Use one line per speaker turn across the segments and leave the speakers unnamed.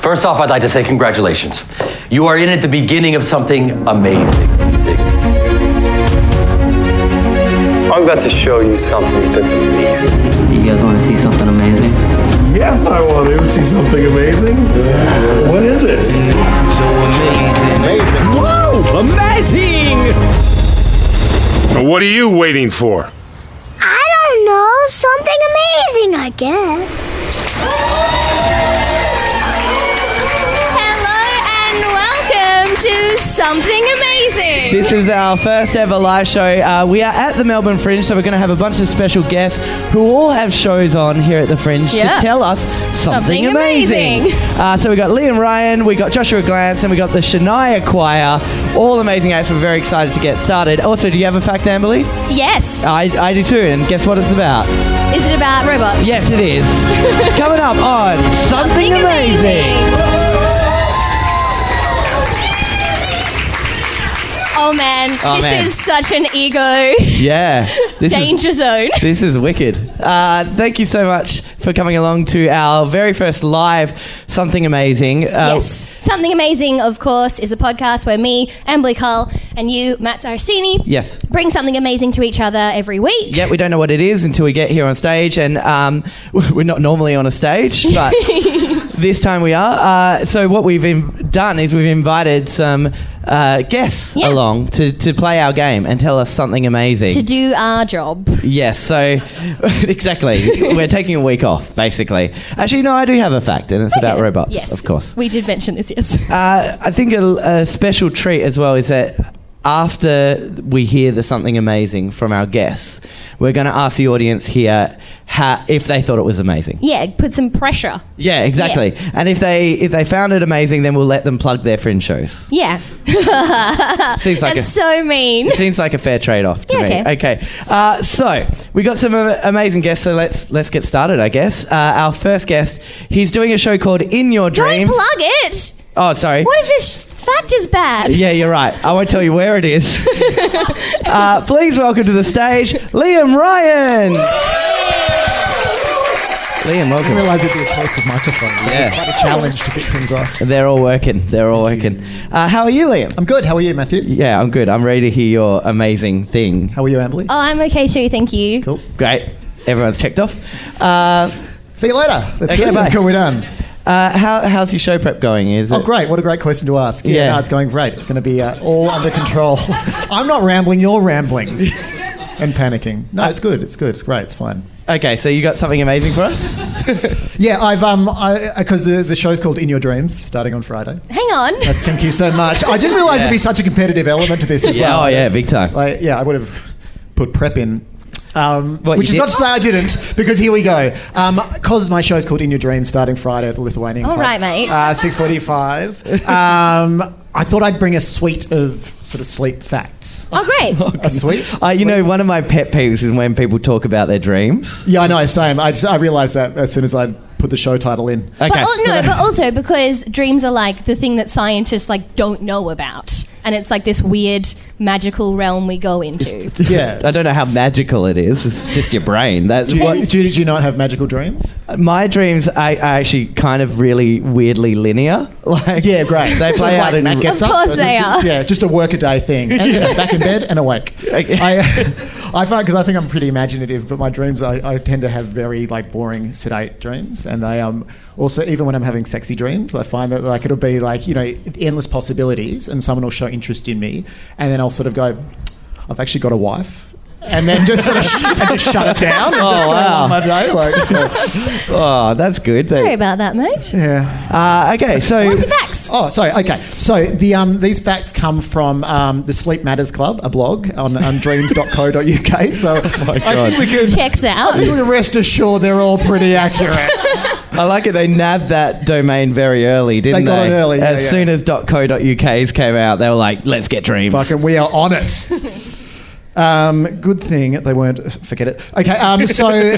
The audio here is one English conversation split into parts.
First off, I'd like to say congratulations. You are in at the beginning of something amazing.
I'm about to show you something that's amazing.
You guys want to see something amazing?
Yes, I want to see something amazing. What is it?
So amazing. Amazing.
Whoa! Amazing!
What are you waiting for?
I don't know. Something amazing, I guess.
Hello and welcome to Something Amazing.
This is our first ever live show. Uh, we are at the Melbourne Fringe, so we're going to have a bunch of special guests who all have shows on here at the Fringe
Yeah.
to tell us something,
Something
amazing.
amazing.
Uh, so we got Liam Ryan, we got Joshua Glantz, and we got the Shania Choir. All amazing acts. We're very excited to get started. Also, do you have a fact, Amberly?
Yes.
I, I do too, and guess what it's about?
Is it about robots?
Yes, it is. Coming up on Something, amazing.
Oh man,
Oh,
this
man.
is such an ego
Yeah. This is-
danger zone.
This is wicked. Uh, thank you so much for coming along to our very first live Something Amazing. Uh,
yes. Something Amazing, of course, is a podcast where me, Ambly Cull, and you, Matt Saracini,
Yes.
bring something amazing to each other every week.
Yeah, we don't know what it is until we get here on stage, and um, we're not normally on a stage, but this time we are. Uh, so, what we've in- done is we've invited some uh, guests
Yeah.
along to, to play our game and tell us something amazing.
To do our job.
Yes, so exactly. We're taking a week off, basically. Actually, no, I do have a fact, and it's about robots,
Yes.
of course.
We did mention this, yes.
Uh, I think a, a special treat as well is that after we hear the something amazing from our guests, we're going to ask the audience here how, if they thought it was amazing.
yeah, put some pressure.
Yeah, exactly. And if they if they found it amazing, then we'll let them plug their fringe shows.
Yeah.
Seems like
That's
a,
Uh, so mean.
it seems like a fair trade off to
Yeah,
me.
okay.
Uh, so we got some uh, amazing guests. So let's let's get started. I guess uh, our first guest, he's doing a show called In Your
Don't
Dreams.
plug it.
oh, sorry.
What if this fact is bad?
Yeah, you're right. I won't tell you where it is. uh, please welcome to the stage Liam Ryan. Liam,
I
welcome.
realise it'd be a close of microphone.
Yeah.
It's quite a challenge to kick things off.
They're all working. They're all working. Uh, how are you, Liam?
I'm good. How are you, Matthew?
Yeah, I'm good. I'm ready to hear your amazing thing.
How are you, Amberly?
Oh, I'm okay too, thank you.
Cool.
Great. Everyone's checked off. Uh,
See you later. That's
Okay,
good.
bye.
Cool, we're done.
uh, how, how's your show prep going? Is
Oh,
it-
great. What a great question to ask. Yeah,
Yeah.
no, it's going great. It's going to be uh, all under control. I'm not rambling, you're rambling. and panicking. No, it's good. It's good. It's great. It's fine.
Okay, so you got something amazing for us?
Yeah, I've, um, because the, the show's called In Your Dreams, starting on Friday.
Hang on.
That's thank you so much. I didn't realise there'd be such a competitive element to this as
Yeah,
well.
oh, yeah, big time.
Like, Uh, yeah, I would have put prep in. Um,
What,
which is
you did-
not to say I didn't, because here we go. Um, Cause my show's called In Your Dreams, starting Friday at the Lithuanian.
All
Club,
right, mate.
Uh, Six forty-five. Um, I thought I'd bring a suite of sort of sleep facts.
Oh, great.
A suite?
Uh, you know, one of my pet peeves is when people talk about their dreams.
yeah, I know. Same. I just, I realised that as soon as I put the show title in.
But,
Okay.
al- no, but also because dreams are like the thing that scientists like don't know about, and it's like this weird magical realm we go into.
Yeah.
I don't know how magical it is. It's just your brain. That's
Do you,
what,
what, do, you- do you not have magical dreams?
My dreams are, are actually kind of really weirdly linear. Like
Yeah, great.
They play out in
Matt gets
Of
up,
course
uh,
they
ju-
are.
Yeah, just a workaday thing. And, you know, back in bed and awake.
Okay.
I, uh, I find because I think I'm pretty imaginative, but my dreams I, I tend to have very like boring sedate dreams, and I um also even when I'm having sexy dreams, I find that like it'll be like you know endless possibilities, and someone will show interest in me, and then I'll sort of go, I've actually got a wife. And then just sort of sh- and just shut it down. And
Oh,
just go
wow.
on my day, like,
Oh, that's good. They-
Sorry about that, mate.
yeah.
uh, okay, so
What's your facts?
Oh, sorry. Okay. So the um, these facts come from um, the Sleep Matters Club, a blog on, um, on dreams.co.uk. So
Oh
I think we can
Checks out.
I think we can rest assured they're all pretty accurate.
I like it. They nabbed that domain very early, didn't they?
They got it early, yeah,
As
yeah.
soon as .co.uk's came out, they were like, "Let's get dreams."
Fucking we are on it. Um, good thing they weren't. Forget it. Okay. Um, so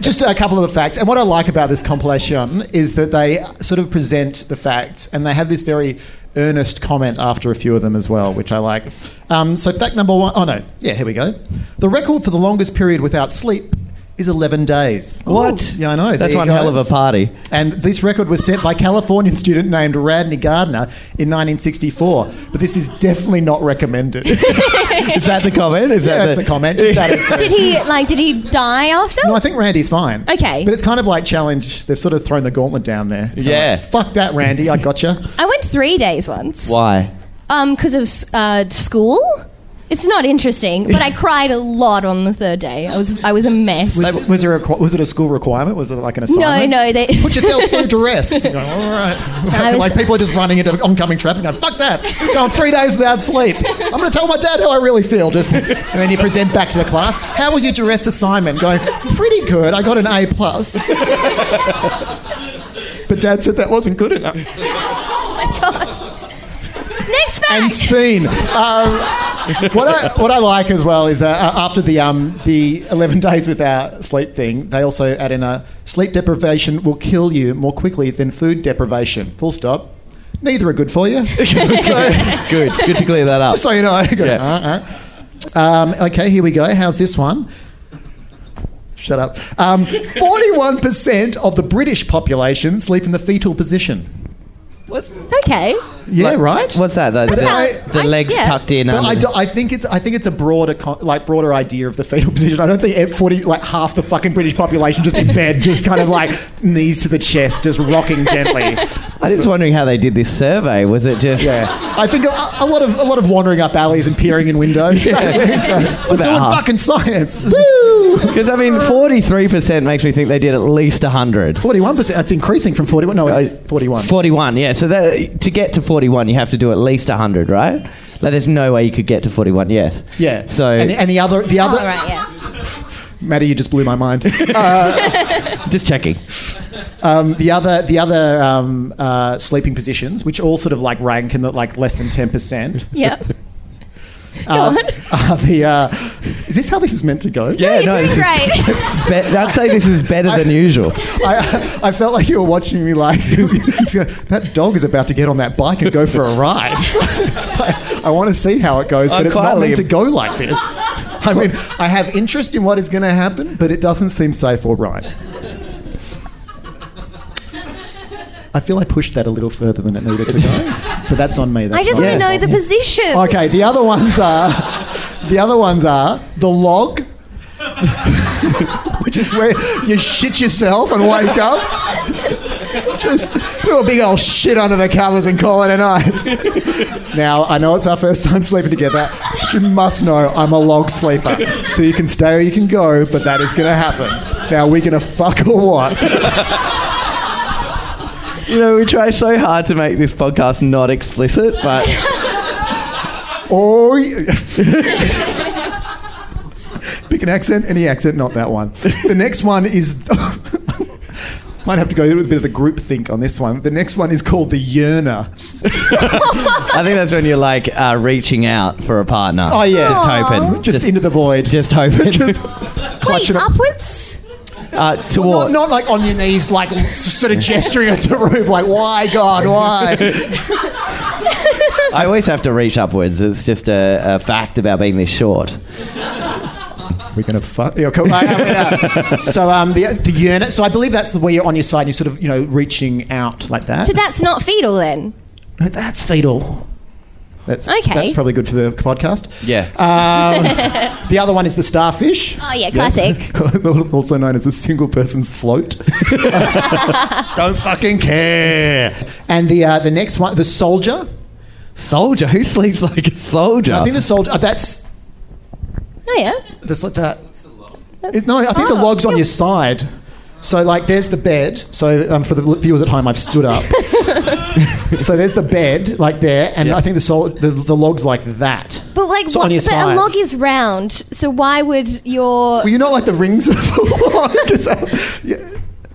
just a couple of the facts, and what I like about this compilation is that they sort of present the facts, and they have this very earnest comment after a few of them as well, which I like. Um, so fact number one. Oh no. Yeah. Here we go. The record for the longest period without sleep. is is 11 days.
What?
Yeah, I know. There
That's
you
one
go.
hell of a party.
And this record was set by Californian student named Radney Gardner in 1964. But this is definitely not recommended.
Is that the comment? Is that
That's the comment. Is that it?
Did he like? Did he die after?
No, I think Randy's fine.
Okay.
But it's kind of like challenge. They've sort of thrown the gauntlet down there. It's kind of
Yeah.
like, Fuck that, Randy. I gotcha.
I went three days once.
Why?
Um, because of uh, school. It's not interesting, but I cried a lot on the third day. I was I was a mess.
Was, was there a, requ- was it a school requirement? Was it like an
no,
assignment?
no, they.
Put yourself through duress. You go, All right.
I was-
like people are just running into oncoming traffic. Going, Fuck that. Going three days without sleep. I'm going to tell my dad how I really feel. Just and then you present back to the class. How was your duress assignment? Going pretty good. I got an A plus. but dad said that wasn't good enough.
Next
and
fact.
seen. Um, what I what I like as well is that uh, after the um, the eleven days without sleep thing, they also add in a sleep deprivation will kill you more quickly than food deprivation. Full stop. Neither are good for you. So-
Good. Good to clear that up.
just so you know. I go,
Yeah.
"Alright, alright." Um, okay, here we go. How's this one? Shut up. Um, 41% of the British population sleep in the fetal position.
okay.
Yeah, right?
What's that though?
That's
the
how I-
the
I-
legs
yeah.
tucked in.
But I,
under-
do- I think it's I think it's a broader con- like broader idea of the fetal position. I don't think at forty like half the fucking British population just in bed, just kind of like knees to the chest, just rocking gently.
I'm just wondering how they did this survey. Was it just
Yeah, I think a, a lot of a lot of wandering up alleys and peering in windows. We're
about
doing
half.
fucking science. Woo!
Because I mean, forty-three percent makes me think they did at least hundred.
Forty-one percent. That's increasing from forty-one. No,
Uh,
it's forty-one.
Forty-one, yeah. So that, to get to forty-one, you have to do at least hundred, right? Like, there's no way you could get to forty-one. Yes.
Yeah.
So
and, the- and the other the
All
other
Oh, right, yeah.
Maddie, you just blew my mind.
just checking.
Um, the other, the other um, uh, sleeping positions, which all sort of like rank in that like less than ten percent,
Yep.
uh,
on.
are the. Uh, is this how this is meant to go?
Yeah,
You're doing
this is
great.
be- I'd say this is better than usual.
I, I felt like you were watching me like that dog is about to get on that bike and go for a ride. I, want to see how it goes, but
I'm
it's not
quietly-
meant to go like this. I mean, I have interest in what is going to happen, but it doesn't seem safe or right. I feel I pushed that a little further than it needed to go, but that's on me. That's
I just
not
want to
your
know
fault.
the positions.
Okay, the other ones are the other ones are the log, which is where you shit yourself and wake up. Just do a big old shit under the covers and call it a night. Now I know it's our first time sleeping together. But you must know I'm a log sleeper, so you can stay or you can go, but that is going to happen. Now we're going to fuck or what?
You know, we try so hard to make this podcast not explicit, but
Or you- pick an accent, any accent, not that one. The next one is. Might have to go with a bit of the group think on this one. The next one is called the yearner.
I think that's when you're like uh, reaching out for a partner.
Oh yeah,
Just
just,
hoping. Just
into the void.
hoping.
Just
Wait,
clutching up.
upwards?
uh,
Not,
toward.
not like on your knees, like s- sort of gesturing at the roof, like why God, why?
I always have to reach upwards. It's just a, a fact about being this short.
We're gonna fuck. Yeah, cool. I have it out. so um, the the yearner. So I believe that's the way you're on your side. and You're sort of you know reaching out like that.
So that's not fetal then.
No, that's fetal. That's
Okay.
That's probably good for the podcast.
Yeah.
Um, the other one is the starfish.
Oh yeah, classic.
also known as the single person's float. Don't fucking care. And the uh, the next one, the soldier.
soldier. Who sleeps like a soldier?
I think the soldier. Uh, that's
Oh yeah.
that's like that. Ah, It- no, I think the
Oh,
log's on
yeah.
your side. So like, there's the bed. So um, for the viewers at home, I've stood up. so there's the bed, like there, and I think the, sol- the the log's like that.
But like,
So
what,
on your
but
side.
a log is round, so why would your
Well, you're not like the rings of the log. Is that- yeah.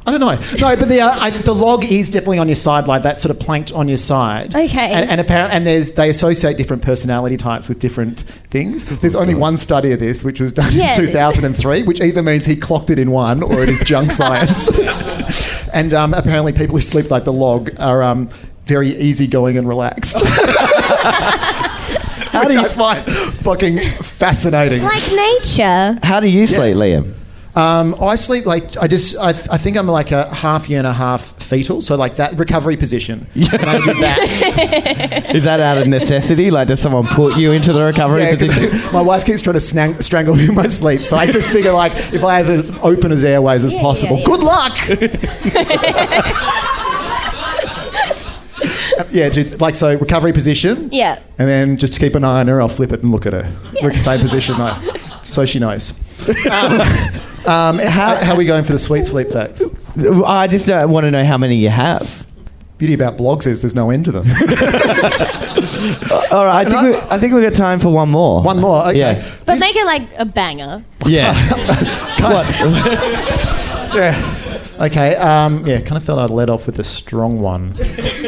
I don't know. No, but the, uh, I, the log is definitely on your side, like that sort of planked on your side.
Okay.
And, and apparently, and there's they associate different personality types with different things. There's only one study of this, which was done
Yeah.
in 2003, which either means he clocked it in one or it is junk science. and um, apparently, people who sleep like the log are um, very easygoing and relaxed. How which do you I find fucking fascinating?
like nature?
How do you sleep, Liam?
Um, I sleep like I just I, th- I think I'm like a half year and a half fetal, so like that recovery position. And I did that.
Is that out of necessity? Like, does someone put you into the recovery
Yeah, 'cause
position?
my wife keeps trying to snang- strangle me in my sleep, so I just figure like if I have as open as airways as
Yeah, yeah,
possible,
yeah.
good luck. Um, yeah, dude, like so recovery position.
Yeah.
And then just to keep an eye on her, I'll flip it and look at her. Same position, though. so she knows. Um, um, how, how are we going for the sweet sleep facts?
I just uh, want to know how many you have.
Beauty about blogs is there's no end to them.
Uh, All right, I think,
I-
we, I think we got time for one more.
One more. Okay.
Yeah.
But make it like a banger.
Yeah.
Yeah. Okay. Um, yeah. Kind of felt I led off with a strong one.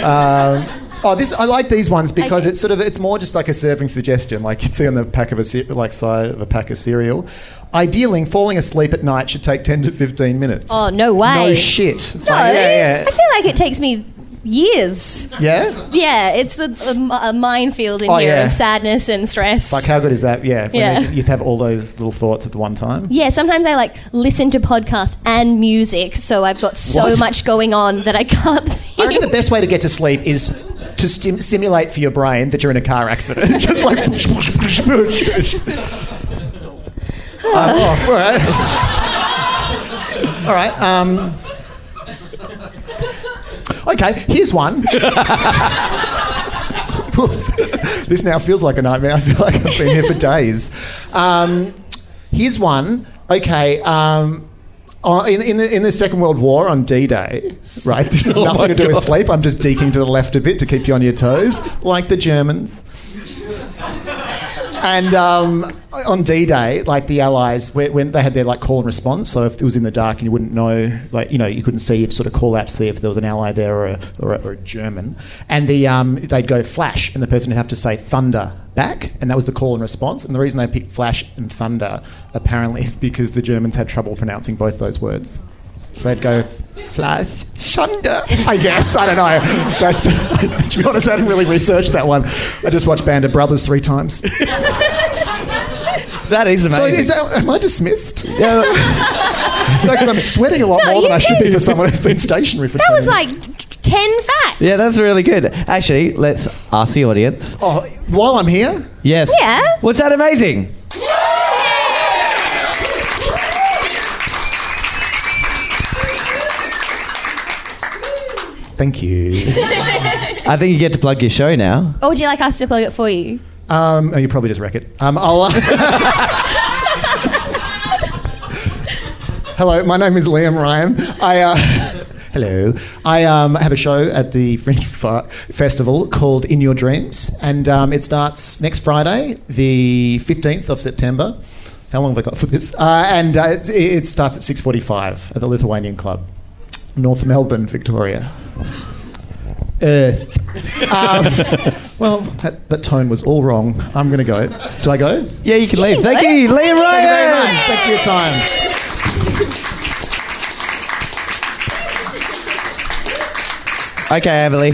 Um, oh, this I like these ones because
Okay.
it's sort of it's more just like a serving suggestion. Like it's on the pack of a ce- like side of a pack of cereal. Idealing, falling asleep at night should take ten to fifteen minutes.
Oh, no way.
No shit.
No,
Like, yeah,
I feel like it takes me years.
yeah. Yeah.
Yeah, it's a, a m- a minefield in
Oh,
here
yeah.
of sadness and stress.
Like how good is that? Yeah. When
Yeah.
it's just- You'd have all those little thoughts at the one time.
yeah, sometimes I like listen to podcasts and music, so I've got so
What?
much going on that I can't
I reckon the
think.
best way to get to sleep is to stim- simulate for your brain that you're in a car accident. Just like. Um, oh, all right. All right. Um, okay, here's one. this now feels like a nightmare. I feel like I've been here for days. Um, here's one. Okay. Um, uh, in, in, the, in the Second World War on D Day, right? This has nothing to do with sleep. I'm just deking to the left a bit to keep you on your toes, like the Germans. And um, on D Day, like the Allies, when, when they had their like call and response, so if it was in the dark and you wouldn't know, like you know, you couldn't see, you'd sort of call out to see if there was an ally there or a, or a, or a German, and the um, they'd go flash, and the person would have to say thunder back, and that was the call and response. And the reason they picked flash and thunder apparently is because the Germans had trouble pronouncing both those words. So they'd go, Flash, Shunda. I guess. I don't know. That's, to be honest, I didn't really research that one. I just watched Band of Brothers three times.
that is
So
amazing.
is that, am I dismissed? Because
Yeah.
I'm sweating a lot
No,
more than
you
I should be
didn't.
for someone who's been stationary for
That
20
was
minutes.
like ten facts.
yeah, that's really good. Actually, let's ask the audience.
Oh, while I'm here,
Yes.
Yeah.
Was that amazing?
thank you.
I think you get to plug your show now.
Or would you like us to plug it for you?
Um, oh, you probably just wreck it. Um, I'll. Hello, my name is Liam Ryan. I uh, hello. I um, have a show at the Fringe Fe- Festival called In Your Dreams, and um, it starts next Friday, the fifteenth of September. How long have I got for this? Uh, and uh, it, it starts at six forty-five at the Lithuanian Club, North Melbourne, Victoria. Earth. Well, that, that tone was all wrong. I'm going to go. Do I go?
Yeah, you can leave. Thank you,
Thank you
Liam
very
Ryan.
much. Thanks for your time.
Okay, Emily,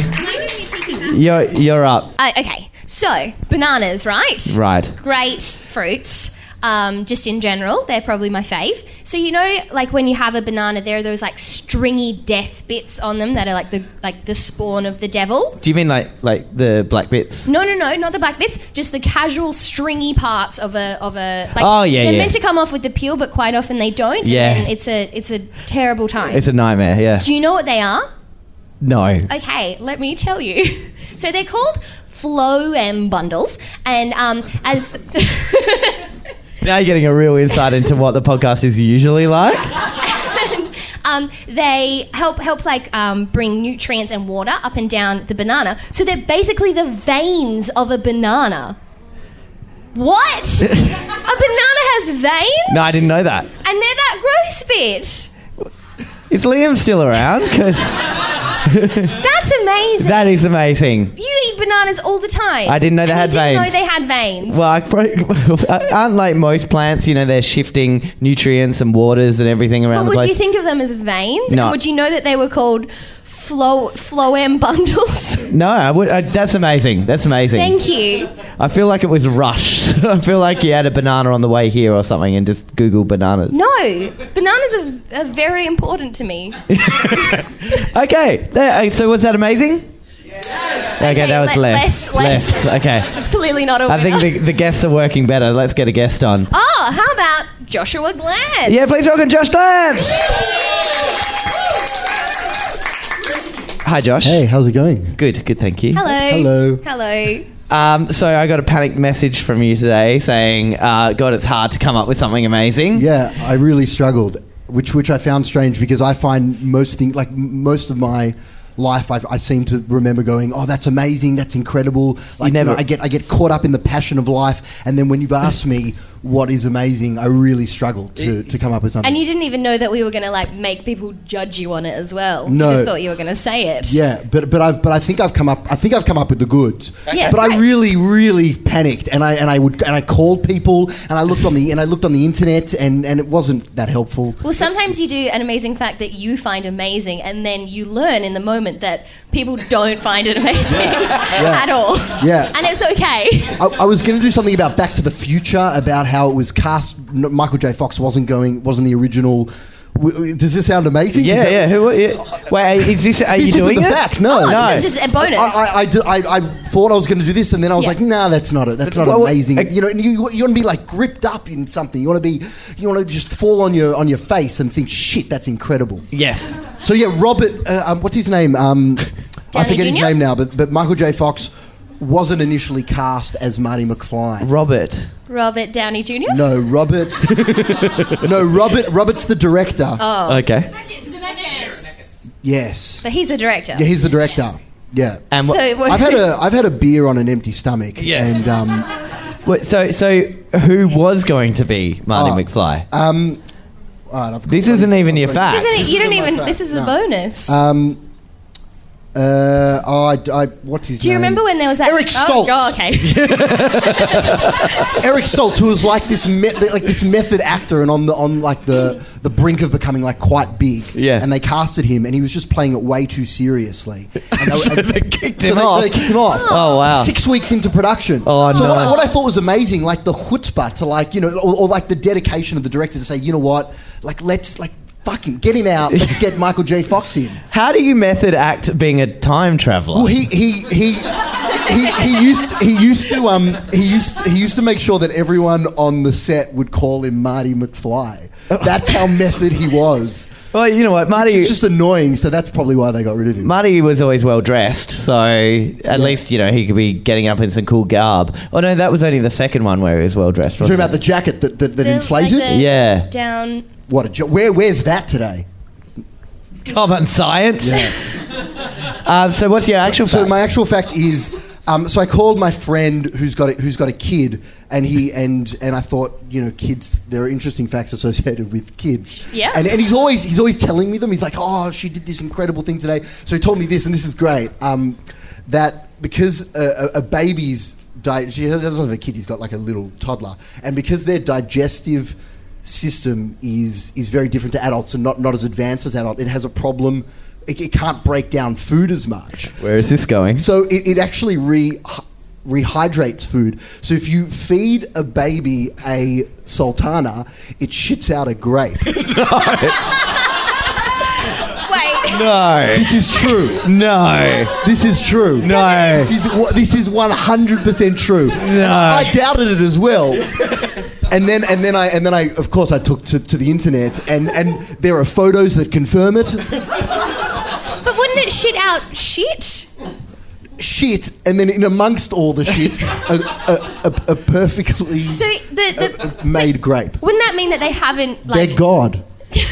you're you're up.
Uh, okay, so bananas, right?
Right.
Great fruits. Um, just in general, they're probably my fave. So you know, like when you have a banana, there are those like stringy death bits on them that are like the like the spawn of the devil.
Do you mean like like the black bits?
No, no, no, not the black bits. Just the casual stringy parts of a of a. Like,
Oh, yeah,
They're
yeah.
meant to come off with the peel, but quite often they don't.
Yeah.
And then it's a it's a terrible time.
It's a nightmare. Yeah.
Do you know what they are?
No.
Okay, let me tell you. So they're called phloem bundles, and um, as
Now you're getting a real insight into what the podcast is usually like.
um, they help help like um, bring nutrients and water up and down the banana. So they're basically the veins of a banana. What? a banana has veins?
No, I didn't know that.
And they're that gross bit.
Is Liam still around? Because
That's amazing.
that is amazing.
you eat bananas all the time.
I didn't know they had
And you
veins.
Didn't know they had veins.
Well, I probably, aren't like most plants, you know, they're shifting nutrients and waters and everything around the
But would
place.
you think of them as veins?
No.
And would you know that they were called flo phloem bundles?
no, I would. I, that's amazing. That's amazing.
Thank you.
I feel like it was rushed. I feel like you had a banana on the way here or something and just Google bananas.
No, bananas are, are very important to me.
Okay. There, uh, so was that amazing? Okay,
Okay,
that was
le-
less.
less, less.
Okay.
It's clearly not a
I
winner.
think the, the guests are working better. Let's get a guest on.
Oh, how about Joshua Glad?
Yeah, please welcome Josh Glantz. Hi, Josh.
Hey, how's it going?
Good, good, thank you.
Hello.
Hello.
Hello.
Um, so I got a panicked message from you today saying, uh, God, it's hard to come up with something amazing.
Yeah, I really struggled, which which I found strange because I find most things like m- most of my life I've, I seem to remember going, oh, that's amazing, that's incredible. Like you
never-
know, I get I get caught up in the passion of life, and then when you've asked me what is amazing, I really struggle to, to come up with something.
And you didn't even know that we were going to like make people judge you on it as well.
No.
You just thought you were going to say it.
Yeah, but but I've but I think I've come up I think I've come up with the goods.
Yeah,
but
right.
I really really panicked and I and I would and I called people and I looked on the and I looked on the internet and and it wasn't that helpful.
Well, sometimes you do an amazing fact that you find amazing, and then you learn in the moment that people don't find it amazing at all.
Yeah.
And it's okay.
I, I was going to do something about Back to the Future about how it was cast n- Michael J Fox wasn't going wasn't the original W- w- does this sound amazing? Is
Yeah,
that-
yeah. Who are you? Wait, is this? Are
This
you
isn't
doing
the
it?
fact, no.
Oh,
no.
This is just a bonus.
I, I, I, do- I, I thought I was going to do this, and then I was
Yeah.
like, "Nah, that's not it. That's not
Well, well,
amazing."
uh,
you know, and you, you want to be like gripped up in something. You want to be, you want to just fall on your on your face and think, "Shit, that's incredible."
yes.
So yeah, Robert, uh, um, what's his name? Um, I
Downey
forget his
Jr.?
name now, but but Michael J. Fox wasn't initially cast as Marty McFly.
Robert.
Robert Downey Jr.
No, Robert. no, Robert. Robert's the director.
Okay.
Yes.
Oh. But he's a director.
Yeah, he's the director. Yeah.
And what,
so,
I've had a I've had a beer on an empty stomach.
Yeah.
And um,
what- so, so who was going to be Marty
Oh.
McFly?
um, all right, I've got-
This isn't even your fact.
Isn't it, you don't even.
fact,
This is a
no.
bonus.
Um, uh, oh, I, I, what's his
Do you
name?
remember when there was that?
Eric
Oh,
Stoltz.
God, okay.
Eric Stoltz, who was like this me- like this method actor, and on the on like the the brink of becoming like quite big.
Yeah.
And they casted him, and he was just playing it way too seriously. And they, and-
They kicked
so
him
they,
off.
They kicked him off.
Oh, wow.
Six weeks into production.
Oh,
so what, I,
no.
what I thought was amazing, like the chutzpah to like you know, or, or like the dedication of the director to say, you know what, like let's like fucking get him out. Let's get Michael J. Fox in.
How do you method act being a time traveler?
Well, he he he. He, he used he used to um he used he used to make sure that everyone on the set would call him Marty McFly. That's how method he was.
well, you know what, Marty.
It's just annoying, so that's probably why they got rid of him.
Marty was always well dressed, so at least you know he could be getting up in some cool garb. Oh no, that was only the second one where he was well dressed.
Talking about the jacket that that, that
The-
inflated.
like the-
yeah,
Down.
What a jo- where where's that today?
common science. um, so what's your actual?
So
fact?
my actual fact is, um, so I called my friend who's got a, who's got a kid, and he and and I thought, you know, kids there are interesting facts associated with kids.
Yeah.
And, and he's always he's always telling me them. He's like, oh, she did this incredible thing today. So he told me this, and this is great. Um, that because a, a, a baby's di- she doesn't have a kid, he's got like a little toddler, and because their digestive system is is very different to adults and not, not as advanced as adult. It has a problem. It, it can't break down food as much.
Where is this going?
So it, it actually re, rehydrates food. So if you feed a baby a sultana, it shits out a grape.
Wait.
No,
this is true.
no,
This is true.
no.
This is wha- this is one hundred percent true. No. I doubted it as well. And then and then I and then I of course I took to, to the internet and, and there are photos that confirm it.
But wouldn't it shit out shit?
Shit, and then in amongst all the shit, a, a, a, a perfectly uh,
So the, the
made grape.
wouldn't that mean that they haven't like?
They're God.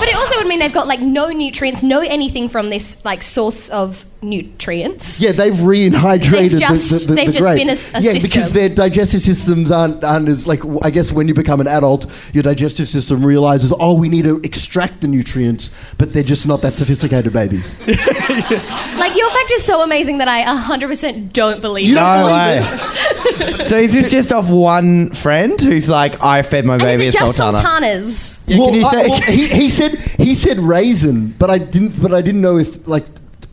But it also would mean they've got like no nutrients, no anything from this like source of nutrients.
Yeah, they've rehydrated
They've just-
the, the, the,
they've
the
just
grape.
been a s- a
yeah,
system.
because their digestive systems aren't, aren't as like w- I guess when you become an adult, your digestive system realizes oh we need to extract the nutrients, but they're just not that sophisticated babies.
Like your fact is so amazing that I 100% don't believe
You
it.
don't
No
believe
way.
it?
so is this just off one friend who's like, I fed my
And
baby a
is it just
sultana?
sultanas?
Yeah,
Well,
can you
I-
say-
well, he, he said he said raisin, but I didn't but I didn't know if like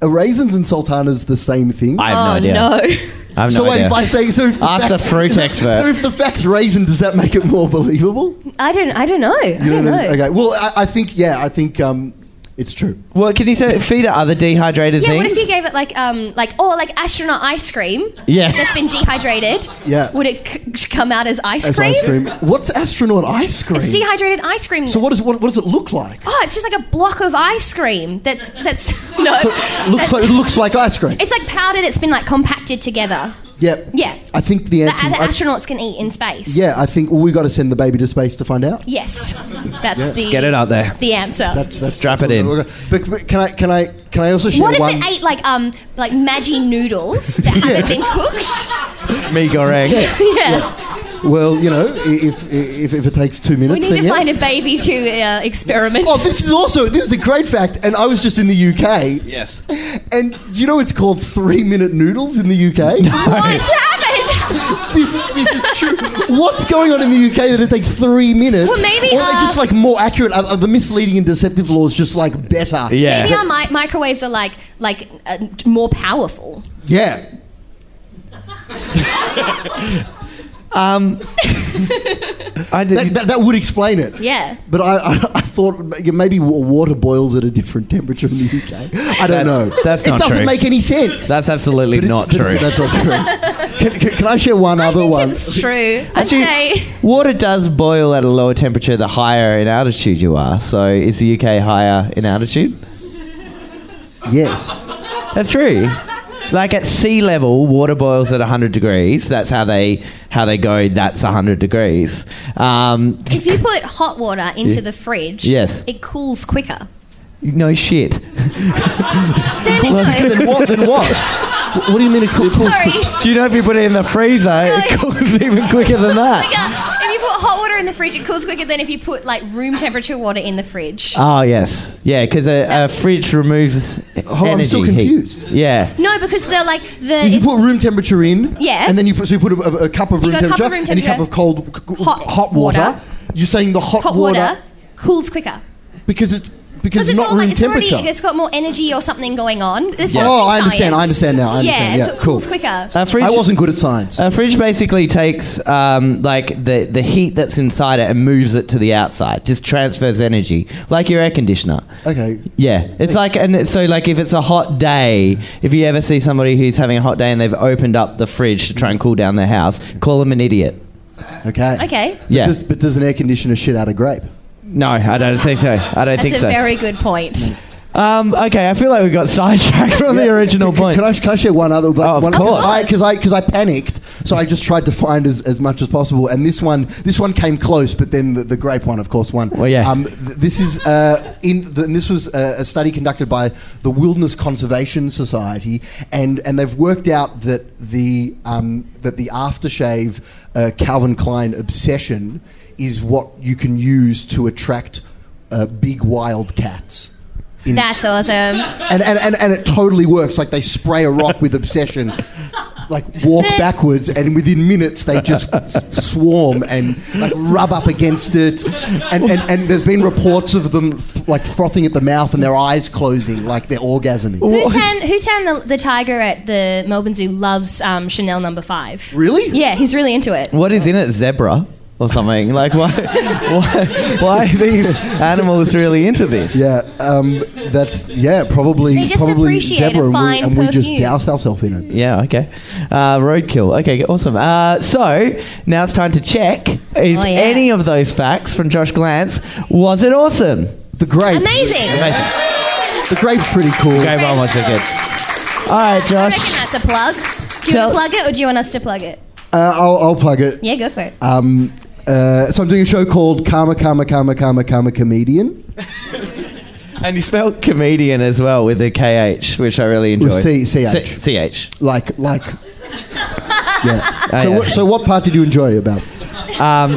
are raisins and sultanas the same thing?
I have no
oh
idea.
no.
I I have
so
no
wait,
idea.
if I say so, if the
Ask
facts-
the fruit expert.
So if the facts raisin, does that make it more believable?
I don't. I don't know. I don't know.
Okay. Well, I, I think yeah, I think um, it's true.
Well, can you say feed her other dehydrated
Yeah,
things?
what if you gave it like um like oh like astronaut ice cream?
Yeah.
That's been dehydrated.
Yeah.
Would it c- come out as ice
As
cream?
ice cream. What's astronaut ice cream?
It's dehydrated ice cream.
so what, is, what, what does it look like?
Oh, it's just like a block of ice cream. That's that's no.
looks
that's-
like it looks like ice cream.
It's like powder that's been like compacted together.
Yep.
Yeah.
I think the
That
answer.
other
I-
astronauts can eat in space.
yeah, I think well, we got to send the baby to space to find out.
Yes. That's
Yeah.
the
Get it out there.
the answer.
That's that's
Strap
that's
it
what
in.
we're- But, but can I can I can I also share
what if
one?
it ate like um like Maggi noodles that haven't been cooked?
Me goreng.
Yeah.
well, you know, i- if if, if it takes two
We
minutes,
need
then
to
yeah.
find a baby to uh, experiment.
Oh, this is also this is a great fact, and I was just in the UK.
Yes.
And do you know it's called three minute noodles in the UK?
What's happened?
this, this is true. What's going on in the UK that it takes three minutes?
Well, maybe,
or
uh,
are they just like more accurate? Are, are the misleading and deceptive laws just like better?
Yeah.
Maybe our mi- microwaves are like like uh, more powerful.
Yeah.
I
That,
did,
that, that would explain it.
Yeah.
But I, I, I thought maybe wa- water boils at a different temperature in the UK. I don't
That's-
know.
that's
it
not
doesn't
true.
make any sense.
that's absolutely
But it's-
not
but
true.
it's- That's not true. Can, can, can I share one
I
other
think
one?
It's true. I'd
Actually,
say.
water does boil at a lower temperature the higher in altitude you are. So is the UK higher in altitude?
Yes.
That's true. Like at sea level, water boils at 100 degrees. That's how they how they go. That's 100 degrees. Um,
If you put hot water into the fridge,
Yes.
it cools quicker.
no shit.
Then it's
then what? Then what? Wh- What do you mean it cools? cools-
Sorry.
Do you know if you put it in the freezer, it
No.
cools even quicker than that?
Quicker. If you put hot water in the fridge, it cools quicker than if you put like room temperature water in the fridge.
Oh yes, yeah, because a, a fridge removes
Oh,
energy.
I'm still
heat.
confused.
Yeah,
No, because the like the
If you put room temperature in,
Yeah.
and then you put so you put a, a- a cup of
You
room
got a cup
temperature
of room
and a cup
temperature.
of cold c- c-
Hot
water.
water.
You're saying the hot,
hot water, cools quicker.
because it's because it's
Because it's
not
all
room
like it's
temperature.
already it's got more energy or something going on. There's
Yeah.
something
Oh, I understand,
science.
I understand now, I understand,
Yeah,
yeah,
so it
cool.
cools quicker.
a fridge.
I wasn't good at science.
A fridge basically takes um, like the, the heat that's inside it and moves it to the outside. Just transfers energy, like your air conditioner.
okay.
Yeah, it's like and it's- so like if it's a hot day, if you ever see somebody who's having a hot day and they've opened up the fridge to try and cool down their house, call them an idiot.
Okay.
okay,
But
Yeah.
Does, but does an air conditioner shit out a grape?
No, I don't think so. I don't
that's
think
a
so.
very good point.
Mm.
um, okay, I feel like we got sidetracked from the
Yeah.
original
Can- can-
point.
Can I, can I share one other? Like,
Oh, of
one-
course.
I Because I, because I panicked, so I just tried to find as, as much as possible. And this one, this one came close, but then the, the grape one, of course, won.
Well, yeah.
Um, th- this is uh, in. The, and this was uh, a, a study conducted by the Wilderness Conservation Society, and and they've worked out that the um, that the aftershave uh, Calvin Klein obsession is what you can use to attract uh, big wild cats. In,
That's awesome.
and, and, and, and it totally works. Like they spray a rock with obsession, like walk backwards, and within minutes they just swarm and like rub up against it. And, and, and there's been reports of them th- like frothing at the mouth and their eyes closing, like they're orgasming.
Who tan who tan the, the tiger at the Melbourne Zoo loves um, Chanel number five.
Really?
Yeah, he's really into it.
What is in it? Zebra or something? Like why? why, why are these animals really into this?
Yeah, um, that's yeah, probably
They just
probably
appreciate a
zebra, and, we,
fine
and we just
perfume.
douse ourselves in it.
Yeah, okay. Uh, roadkill. Okay, awesome. Uh, so now it's time to check if
yeah.
any of those facts from Josh Glance was it awesome.
The grape,
Amazing.
Amazing.
the grape's pretty cool.
Okay, well, was it good? All right,
I reckon
Josh.
that's a plug. Do you
Tell-
want to plug it or do you want us to plug it?
Uh, I'll, I'll plug it.
Yeah, go for it.
Um, uh, so I'm doing a show called Karma, Karma, Karma, Karma, Karma Comedian.
And you spelled comedian as well with a KH, which I really enjoyed.
With C- CH.
CH.
like like yeah.
Ah,
so,
yeah.
What, so what part did you enjoy about it?
Um,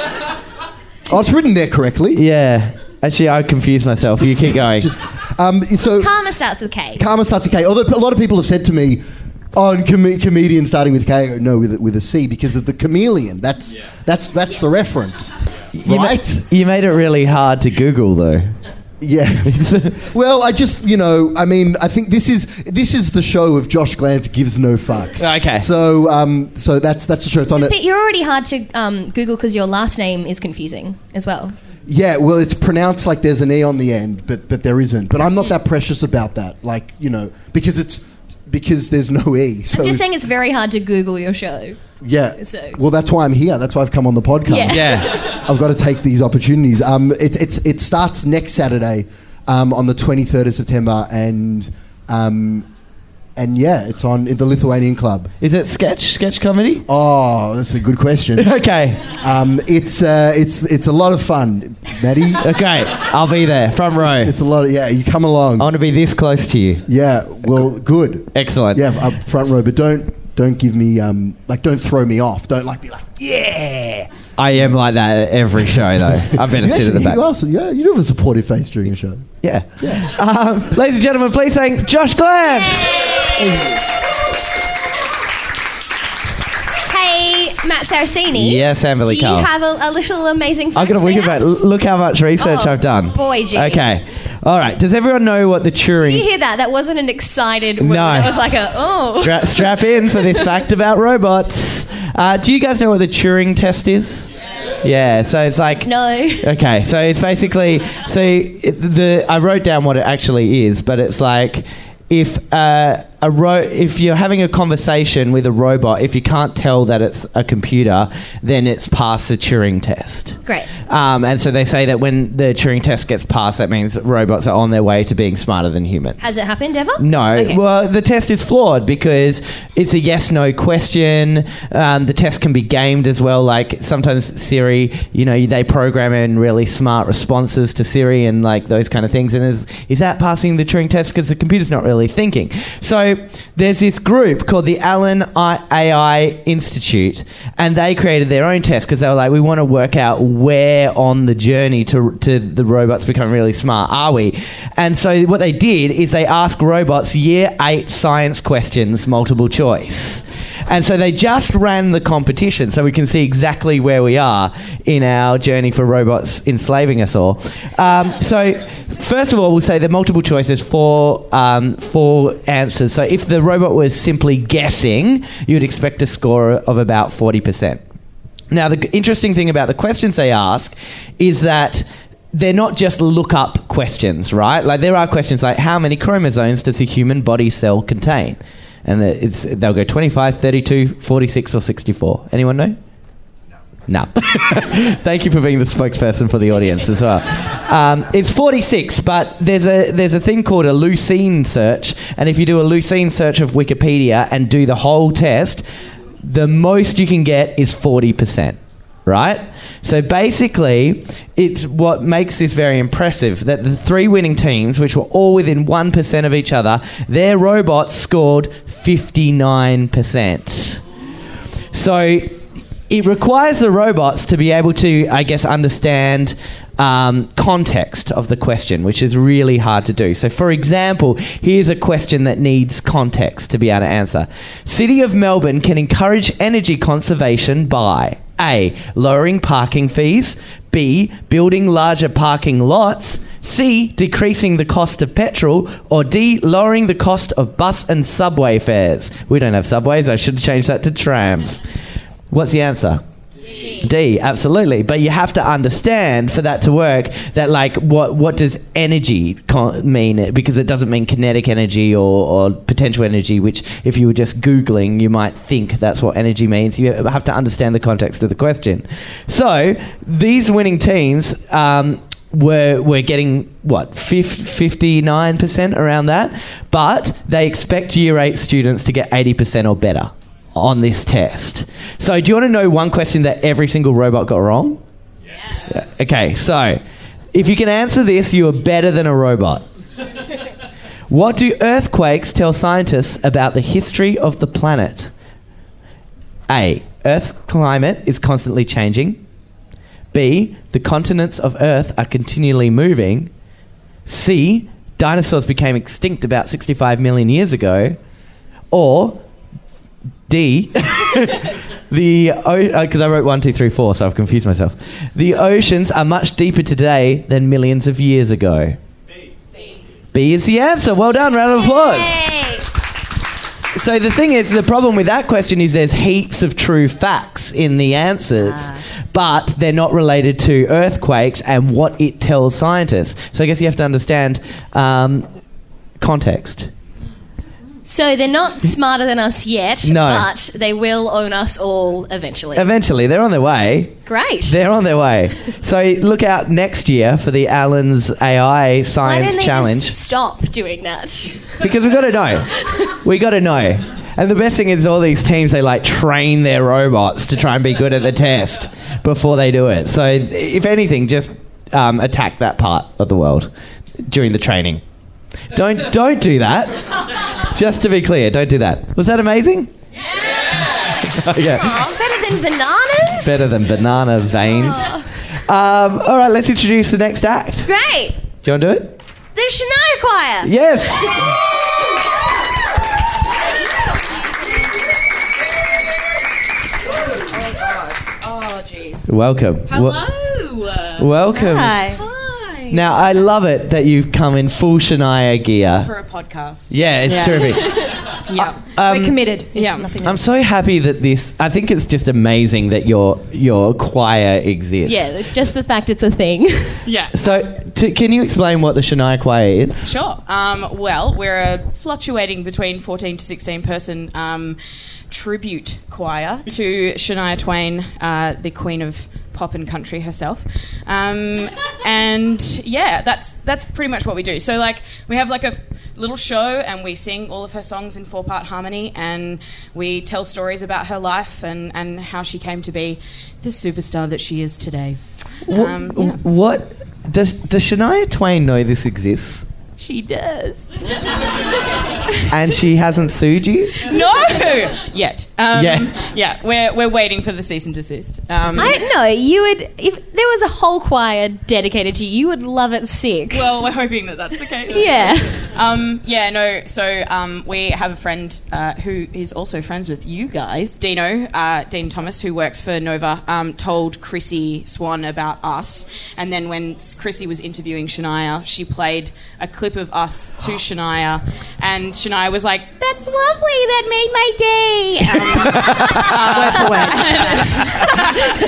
oh it's written there correctly
yeah. Actually, I confused myself. You keep going.
just um, so
Karma starts with K.
karma starts with k although a lot of people have said to me oh and com- comedian starting with k I go, no with, a- with a c because of the chameleon that's that's that's the reference
you, ma-
right
you made it really hard to Google, though.
Yeah. well, I just, you know, I mean, I think this is this is the show of Josh Glance gives no fucks.
Okay.
So, um, so that's that's the show. It's on it.
But you're already hard to um, Google because your last name is confusing as well.
Yeah. Well, it's pronounced like there's an e on the end, but but there isn't. But I'm not that precious about that. Like, you know, because it's because there's no e. So
I'm just saying it's very hard to Google your show.
yeah.
so-
Well, that's why I'm here. That's why I've come on the podcast.
Yeah.
Yeah.
I've got to take these opportunities. Um, it's it's it starts next Saturday, um, on the 23rd of September, and um, and yeah, it's on in the Lithuanian Club.
Is it sketch? Sketch comedy?
Oh, that's a good question.
Okay.
Um, it's uh, it's it's a lot of fun, Maddie.
Okay. I'll be there. Front row.
It's a lot. Of, yeah, you come along.
I want to be this close to you.
Yeah. Well, good.
Excellent.
Yeah, up front row, but don't don't give me um like don't throw me off. Don't like be like yeah.
I am like that at every show, though. I've been
You
to sit at the
actually-
back.
You, also, yeah, you do have a supportive face during a show.
Yeah. Um, ladies and gentlemen, please thank Josh Glantz.
Hey, Matt Saracini.
Yes, Amberley
Do you
Carl.
have a, a little amazing?
I'm
fact
going to
for
wing it
us?
back. L- Look how much research
Oh,
I've done.
boy, gee.
Okay. All right. Does everyone know what the Turing.
Did you hear that? That wasn't an excited.
No.
No. That was like a oh.
Stra- strap in for this fact about robots. Uh, do you guys know what the Turing test is? Yeah, so it's like.
no.
Okay, so it's basically. So it, the I wrote down what it actually is, but it's like. If uh, a ro- if you're having a conversation with a robot, if you can't tell that it's a computer, then it's passed the Turing test.
Great.
Um, and so they say that when the Turing test gets passed, that means robots are on their way to being smarter than humans.
Has it happened ever?
No.
Okay.
Well, the test is flawed because it's a yes no question. Um, the test can be gamed as well. Like sometimes Siri, you know, they program in really smart responses to Siri and like those kind of things. And is, is that passing the Turing test? Because the computer's not really thinking. So there's this group called the Allen I- AI Institute, and they created their own test because they were like, we want to work out where on the journey to, to the robots become really smart are we? And so what they did is they asked robots year eight science questions, multiple choice. And so they just ran the competition so we can see exactly where we are in our journey for robots enslaving us all. Um, so, first of all, we'll say the multiple choice is four, um, four answers. So, if the robot was simply guessing, you'd expect a score of about 40%. Now, the g- interesting thing about the questions they ask is that they're not just look up questions, right? Like, there are questions like, how many chromosomes does a human body cell contain? And it- it's, they'll go 25, 32, 46, or 64. Anyone know? No. Thank you for being the spokesperson for the audience as well. Um, it's 46, but there's a there's a thing called a leucine search, and if you do a leucine search of Wikipedia and do the whole test, the most you can get is 40%, right? So basically, it's what makes this very impressive that the three winning teams, which were all within 1% of each other, their robots scored 59%. So it requires the robots to be able to, I guess, understand um, context of the question, which is really hard to do. So, for example, here's a question that needs context to be able to answer. City of Melbourne can encourage energy conservation by A. Lowering parking fees, B. Building larger parking lots, C. Decreasing the cost of petrol, or D. Lowering the cost of bus and subway fares. We don't have subways, I should change that to trams. What's the answer? D. absolutely. But you have to understand for that to work that like what what does energy co- mean? Because it doesn't mean kinetic energy or, or potential energy, which if you were just googling, you might think that's what energy means. You have to understand the context of the question. So these winning teams. Um, were were getting what 59 percent around that, but they expect year eight students to get eighty percent or better on this test. So, do you want to know one question that every single robot got wrong? Yes. Okay, so if you can answer this, you are better than a robot. what do earthquakes tell scientists about the history of the planet? A. Earth's climate is constantly changing. B. The continents of Earth are continually moving. C. Dinosaurs became extinct about 65 million years ago. Or D. the because I wrote one, two, three, four, so I've confused myself. The oceans are much deeper today than millions of years ago. B is the answer. Well done. Round of applause.
Yay.
So the thing is, the problem with that question is there's heaps of true facts in the answers,
Ah.
but they're not related to earthquakes and what it tells scientists. So I guess you have to understand um, context.
So they're not smarter than us yet,
No.
but they will own us all eventually.
Eventually, they're on their way.
Great.
They're on their way. So look out next year for the Allen's AI
Why don't
Science
they
Challenge
just stop doing that?
because we got to know. We got to know. And the best thing is, all these teams they like train their robots to try and be good at the test before they do it. So if anything, just um, attack that part of the world during the training. Don't don't do that. Just to be clear, don't do that. Was that amazing? Yeah. okay.
Oh, better than bananas?
Better than banana veins. Um, all right, let's introduce the next act.
Great.
Do you want to do it?
The Shania Choir.
Yes.
Oh, jeez.
Welcome.
Hello.
welcome.
Hi. Hi.
Now I love it that you've come in full Shania gear.
For a podcast.
Yeah, it's terrific.
yeah.
Um,
We're committed. Yeah.
I'm so happy that this. I think it's just amazing that your your choir exists.
Yeah, just the fact it's a thing.
Yeah.
So, t- can you explain what the Shania Choir is?
Sure. Um, well, we're a fluctuating between 14 to 16 person um, tribute choir to Shania Twain, uh, the queen of pop and country herself. Um, and yeah, that's that's pretty much what we do. So like we have like a f- little show and we sing all of her songs in four part harmony and we tell stories about her life and, and how she came to be the superstar that she is today.
Wh-
Um, yeah.
What does does Shania Twain know this exists?
She does.
And she hasn't sued you?
No, yet. Um,
Yeah.
yeah, We're we're waiting for the cease and desist. Um,
I don't know. You would, if there was a whole choir dedicated to you, you would love it sick.
well, we're hoping that that's the case.
Yeah.
Um, yeah. No. So um, we have a friend uh, who is also friends with you guys. Dino, uh, Dean Thomas, who works for Nova, um, told Chrissy Swan about us, and then when s- Chrissy was interviewing Shania, she played a clip of us to Shania, and Shania was like, "That's lovely. That made my day." Um,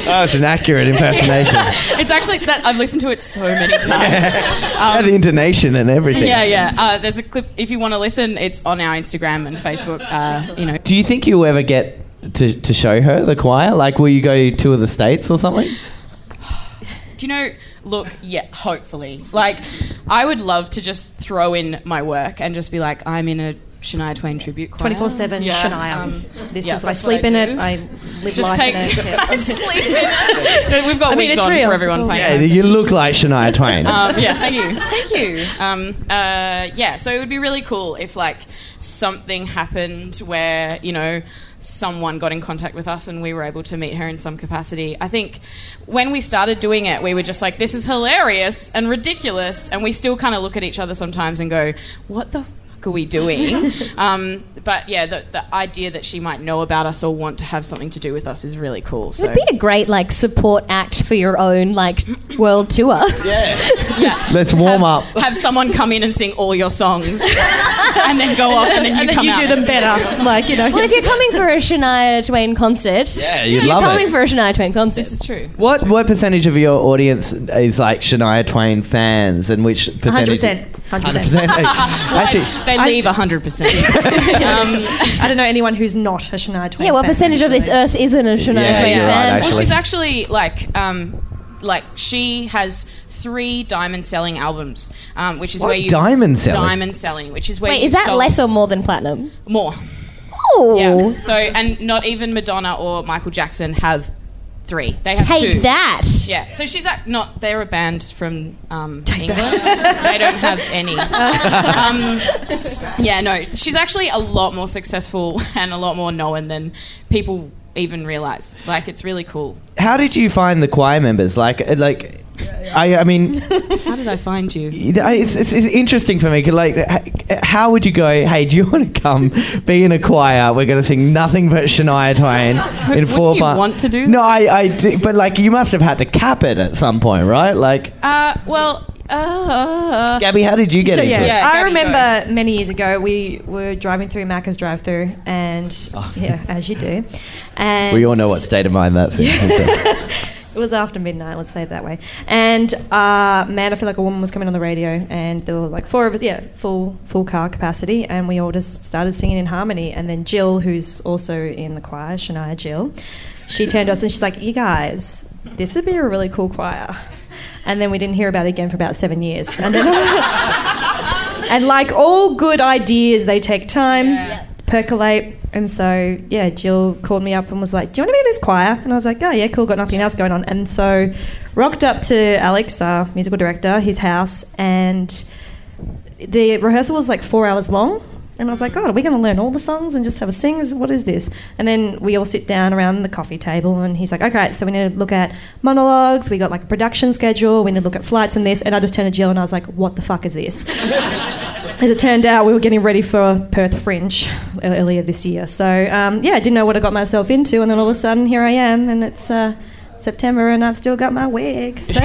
Oh, it's an accurate impersonation.
It's actually that I've listened to it so many times. Um,
the intonation and everything.
Yeah, yeah. Uh, there's a clip if you want to listen. It's on our Instagram and Facebook. Uh, you know.
Do you think you'll ever get to, to show her the choir? Like, will you go to tour the states or something?
Do you know? Look, yeah. Hopefully, like, I would love to just throw in my work and just be like, I'm in a Shania Twain tribute choir.
24/7
Yeah,
Shania.
um,
this
yeah,
is I
that's
sleep
what
in
I
it.
do.
I live
Just
life
take.
in it. Yeah.
I sleep in it. We've got
I mean,
wigs
it's
on
real.
for
It's
everyone
all
playing.
Yeah, you look like Shania Twain.
um, yeah, thank you, thank you. Um, uh, yeah, so it would be really cool if like something happened where you know someone got in contact with us and we were able to meet her in some capacity. I think when we started doing it, we were just like, "This is hilarious and ridiculous," and we still kind of look at each other sometimes and go, "What the." fuck Are we doing? um, but yeah, the, the idea that she might know about us or want to have something to do with us is really cool.
It
So.
would be a great like support act for your own like world tour.
Let's warm up.
have someone come in and sing all your songs and then go off and then you
And then
come
you
out
do
and
them
sing all your
better.
songs.
Like, you know.
Well, if you're coming for a Shania Twain concert,
Yeah, you'd
if you're
love
coming
it.
for a Shania Twain concert.
this is true
What what percentage of your audience is like Shania Twain fans, and which percentage?
100%. 100%.
100%. Actually,
they leave 100% Um,
I don't know anyone who's not a Shania Twain
Yeah, what
fan,
percentage of this
actually.
earth isn't a Shania
Yeah,
Twain
you're right,
fan?
actually.
well she's actually like um like she has three diamond selling albums um, which is
What?
where you
Diamond selling?
diamond selling which is where
Wait,
you
is that
sell-
less or more than platinum?
more
Oh,
yeah so and not even madonna or michael jackson have three they have
take
two
that.
yeah, so she's ac- not. They're a band from um, England. they don't have any. um, yeah, no. She's actually a lot more successful and a lot more known than people even realize. Like, it's really cool.
how did you find the choir members? Like, uh, like, I, I mean,
How did I find you?
it's, it's, it's interesting for me. 'cause, like, uh, h- how would you go? Hey, do you want to come be in a choir? We're going to sing nothing but Shania Twain in
Wouldn't
four
you
part-
want to do
No, I, I, thi- but like, you must have had to cap it at some point, right? Like,
Uh, well,
uh,
Gabby, how did you get
so,
into
yeah,
it?
Yeah,
I
Gabby,
remember many years ago we were driving through Macca's drive-through, and
Oh.
yeah, as you do, and
We all know what state of mind that's in.
It was after midnight, let's say it that way. And uh, man, I feel like a woman was coming on the radio, and there were like four of us, yeah, full full car capacity, and we all just started singing in harmony. And then Jill, who's also in the choir, Shania Jill, she turned to us and she's like, "You guys, this would be a really cool choir." And then we didn't hear about it again for about seven years. And then, and like all good ideas, they take time. Percolate, and so yeah, Jill called me up and was like, "Do you want to be in this choir?" And I was like, "Oh yeah, cool. Got nothing else going on." And so, rocked up to Alex, our musical director, his house, and the rehearsal was like four hours long. And I was like, God, are we going to learn all the songs and just have a sing? Is- What is this? And then we all sit down around the coffee table, and he's like, Okay, so we need to look at monologues. We got like a production schedule. We need to look at flights and this. And I just turned to Jill and I was like, What the fuck is this? As it turned out, we were getting ready for Perth Fringe e-, earlier this year. So um, yeah, I didn't know what I got myself into, and then all of a sudden, here I am, and it's uh, September, and I've still got my wig. So, so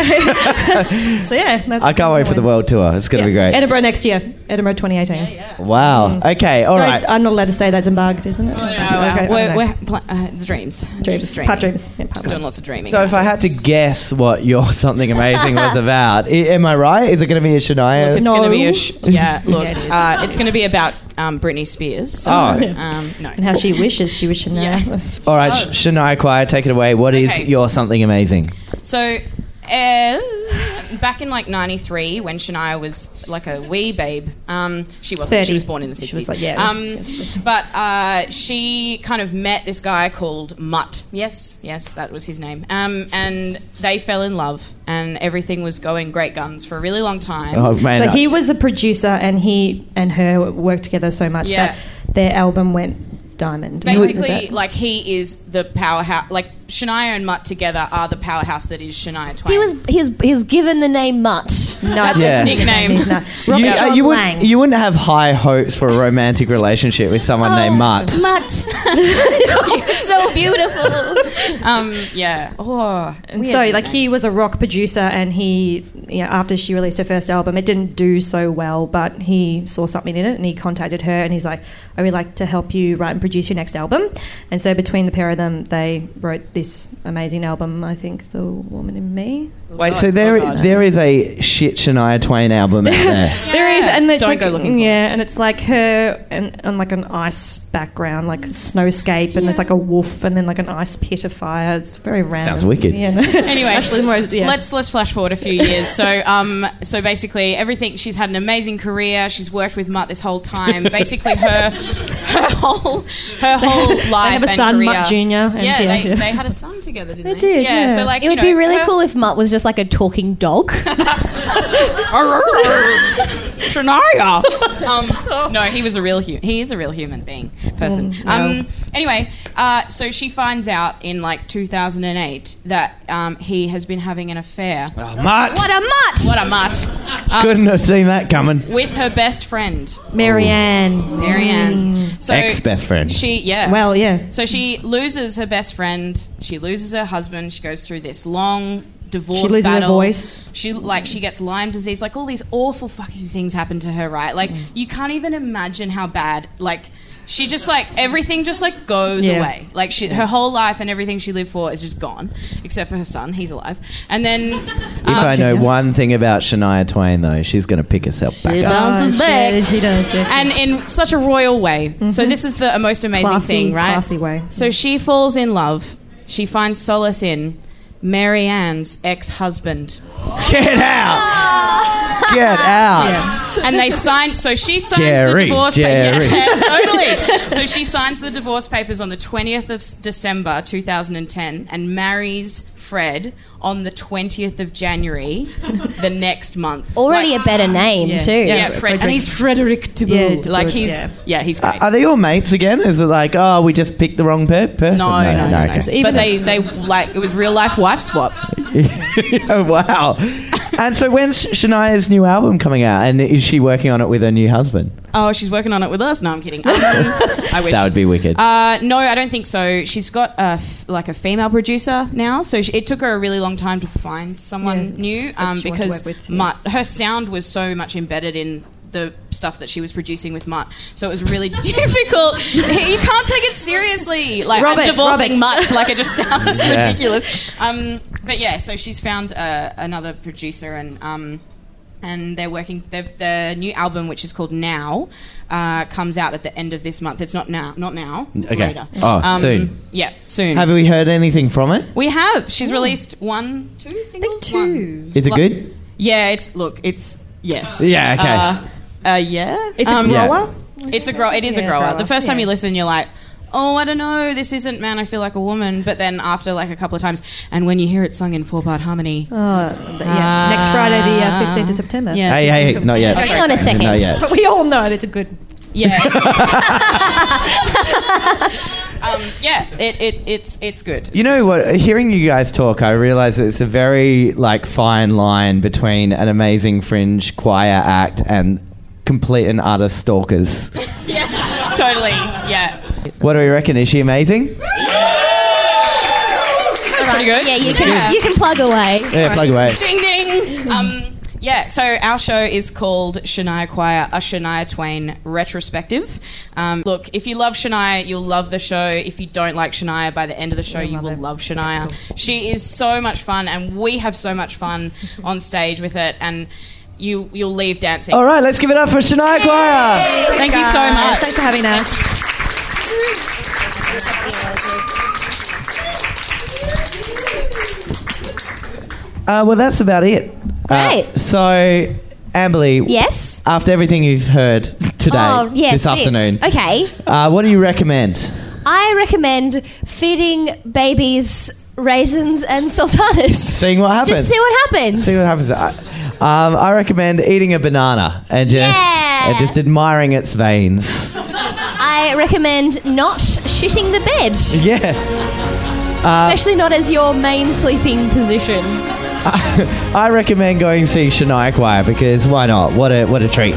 yeah, that's
I can't wait for the world tour. It's going to be great.
Edinburgh next year, Edinburgh 2018.
Wow.
Mm.
Okay. All
Don't-
right.
I'm not allowed to say that's embarked, isn't it?
Oh,
wow.
Okay, I
We're-
don't know.
Oh, we're pl- uh, it's dreams.
Dreams.
Just dreaming.
Part dreams. Yeah, part
Just doing lots of dreaming.
So if I had to guess what your something amazing was about, i- am I right? Is it going to be a Shania?
It's going to be a sh- yeah. Look,
Yeah, it is.
uh, it's going to be about um, Britney Spears. So,
Oh.
um, no.
and how she wishes she was Chanel.
All right, Sh- Shania Choir, take it away. What is
Okay.
your something amazing?
So, uh, back in like '93, when Shania was like a wee babe, um, she wasn't. She
Thirty.
was born in the '60s.
She was like, yeah,
Um, but uh, she kind of met this guy called Mutt. Yes, yes, that was his name. Um, and they fell in love, and everything was going great guns for a really long time.
Oh man,
so he was a producer, and he and her worked together so much
Yeah.
that their album went diamond. Was
Basically,
that-
like he is the powerhouse. Like Shania and Mutt together are the powerhouse that is Shania Twain.
He was he was he was given the name Mutt.
No,
That's
Yeah.
his nickname.
Robert
you, uh,
John
you
Lang.
wouldn't, you wouldn't have high hopes for a romantic relationship with someone
Oh,
named Mutt.
Mutt. so beautiful.
Um, yeah. Oh,
And so, like, he was a rock producer, and he, you know, after she released her first album, it didn't do so well, but he saw something in it and he contacted her and he's like, I would like to help you write and produce your next album. And so, between the pair of them, they wrote this amazing album, I think, The Woman in Me.
Oh,
Wait, so there there is a shit Shania Twain album out there.
There is, and it's
Don't
like,
go looking for
yeah, and it's like her and on like an ice background, like snowscape, and there's like a wolf, and then like an ice pit of fire. It's very random.
wicked.
Yeah, no.
Anyway,
Ashley Moore is- yeah.
let's let's flash forward a few years. So, um, so basically, everything she's had an amazing career. She's worked with Mutt this whole time. Basically, her her whole her whole life.
have a
and
son,
career.
Mutt Jr., and
yeah,
yeah,
they,
yeah.
they had a son together, didn't they?
did, yeah.
So, like,
It would
you
be
know,
really
her-
cool if Mutt was just like a talking dog.
Shania. Um,
Oh,
no, he was a real human. He is a real human being person.
Mm, no.
Um, anyway, uh, so she finds out in like 2008 that um, he has been having an affair.
Oh, Mutt,
what a mutt!
What a mutt! Um,
couldn't have seen that coming.
With her best friend,
Marianne.
Marianne. So
Ex best friend.
She yeah.
Well, yeah.
so she loses her best friend. She loses her husband. She goes through this long divorce.
She loses her
battle.
voice.
She like she gets Lyme disease. Like all these awful fucking things happen to her. Right?
Mm.
Like you can't even imagine how bad. Like she just like everything just like goes
Yeah.
away. Like she, her whole life and everything she lived for is just gone, except for her son. He's alive. And then um,
if I know one thing about Shania Twain, though, she's going to pick herself back up.
bounces
Oh,
back.
She, she does. Yeah.
and in such a royal way. So this is the most amazing
Mm-hmm. Classy-
thing, right?
classy way.
So she falls in love. She finds solace in Mary Ann's ex-husband,
Get out!
"Ah!"
Get out!
and they sign. So she signs
Jerry,
the divorce. pa-
Jerry.
yeah, totally. So she signs the divorce papers on the twentieth of s- December two thousand and ten, and marries Fred on the twentieth of January the next month.
Already
Like-
a better name
Yeah.
too.
yeah,
Yeah,
Fred,
Frederick.
and he's Frederick Taboo.
Yeah, Taboo,
like he's
yeah.
yeah, he's great.
Are are they all mates again? Is it like, oh, we just picked the wrong per- person?
No, no, no. no,
okay.
But they, they like it was real life wife swap.
oh, wow.
And so when's Shania's new album coming out? And is she working on it with her new husband?
Oh, she's working on it with us. No, I'm kidding. Um, I wish.
That would be wicked.
Uh, no, I don't think so. She's got a f- like a female producer now, so she, it took her a really long time to find someone new um,
she wanted to
because
work with,
Mutt, her sound was so much embedded in the stuff that she was producing with Mutt, so it was really difficult. you can't take it seriously. Like
Robert,
I'm divorcing
Robert.
Mutt, like it just sounds
Yeah.
ridiculous. Um, but yeah, so she's found uh, another producer and. Um, and they're working. They've, their new album, which is called Now, uh, comes out at the end of this month. It's not now, not now.
Okay.
Later. Um,
Oh, soon.
Yeah, soon.
Have we heard anything from it?
We have. She's released one, two singles. two.
Is it good?
Yeah. It's look. It's yes.
Yeah, okay.
Uh, uh, yeah.
It's a
Yeah.
grower?
It's a grower. It is a
Yeah,
grower.
grower.
The first time
Yeah.
you listen, you're like. Oh, I don't know. This isn't man. I feel like a woman. But then after like a couple of times, and when you hear it sung in four part harmony,
Oh, th- yeah. Next Friday, the uh, 15th of September.
Yeah,
Hey, hey,
16th.
hey, not yet.
Oh, sorry,
Hang on a
sorry.
second. Not yet.
But we all know that it's a good.
Um, yeah, it, it, it's it's good.
You know what? Hearing you guys talk, I realise that it's a very like fine line between an amazing fringe choir act and complete and utter stalkers.
Yeah, totally. Yeah.
What do we reckon? Is she amazing?
pretty good.
Yeah, you can you can plug away.
Yeah, plug away.
Ding ding. Um, yeah, so our show is called Shania Choir, a Shania Twain retrospective. Um, look, if you love Shania, you'll love the show. If you don't like Shania, by the end of the show, you will love Shania. She is so much fun, and we have so much fun on stage with it. And you you'll leave dancing.
All right, let's give it up for Shania Choir.
Thank you so much.
Thanks for having us.
Uh, well, that's about it.
Great.
Uh, so, Amberly.
Yes?
After everything you've heard today,
oh yes,
this afternoon,
Okay.
uh, what do you recommend?
I recommend feeding babies raisins and sultanas.
Seeing what happens.
Just see what happens.
See what happens. I, um, I recommend eating a banana and just
Yeah.
and just admiring its veins.
I recommend not shitting the bed.
Yeah. Uh,
Especially not as your main sleeping position.
I recommend going to see Shania Choir because why not? What a what a treat.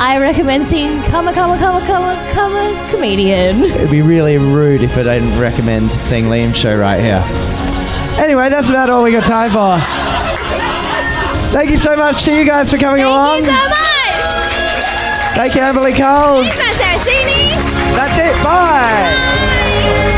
I recommend seeing Kama Kama Kama Kama Kama Comedian.
It'd be really rude if I didn't recommend seeing Liam's show right here. Anyway, that's about all we got time for. Thank you so much to you guys for coming along.
Thank you so much.
Thank you, Emily Cole.
Thanks, Matt Saracini.
That's it. Bye.
Bye.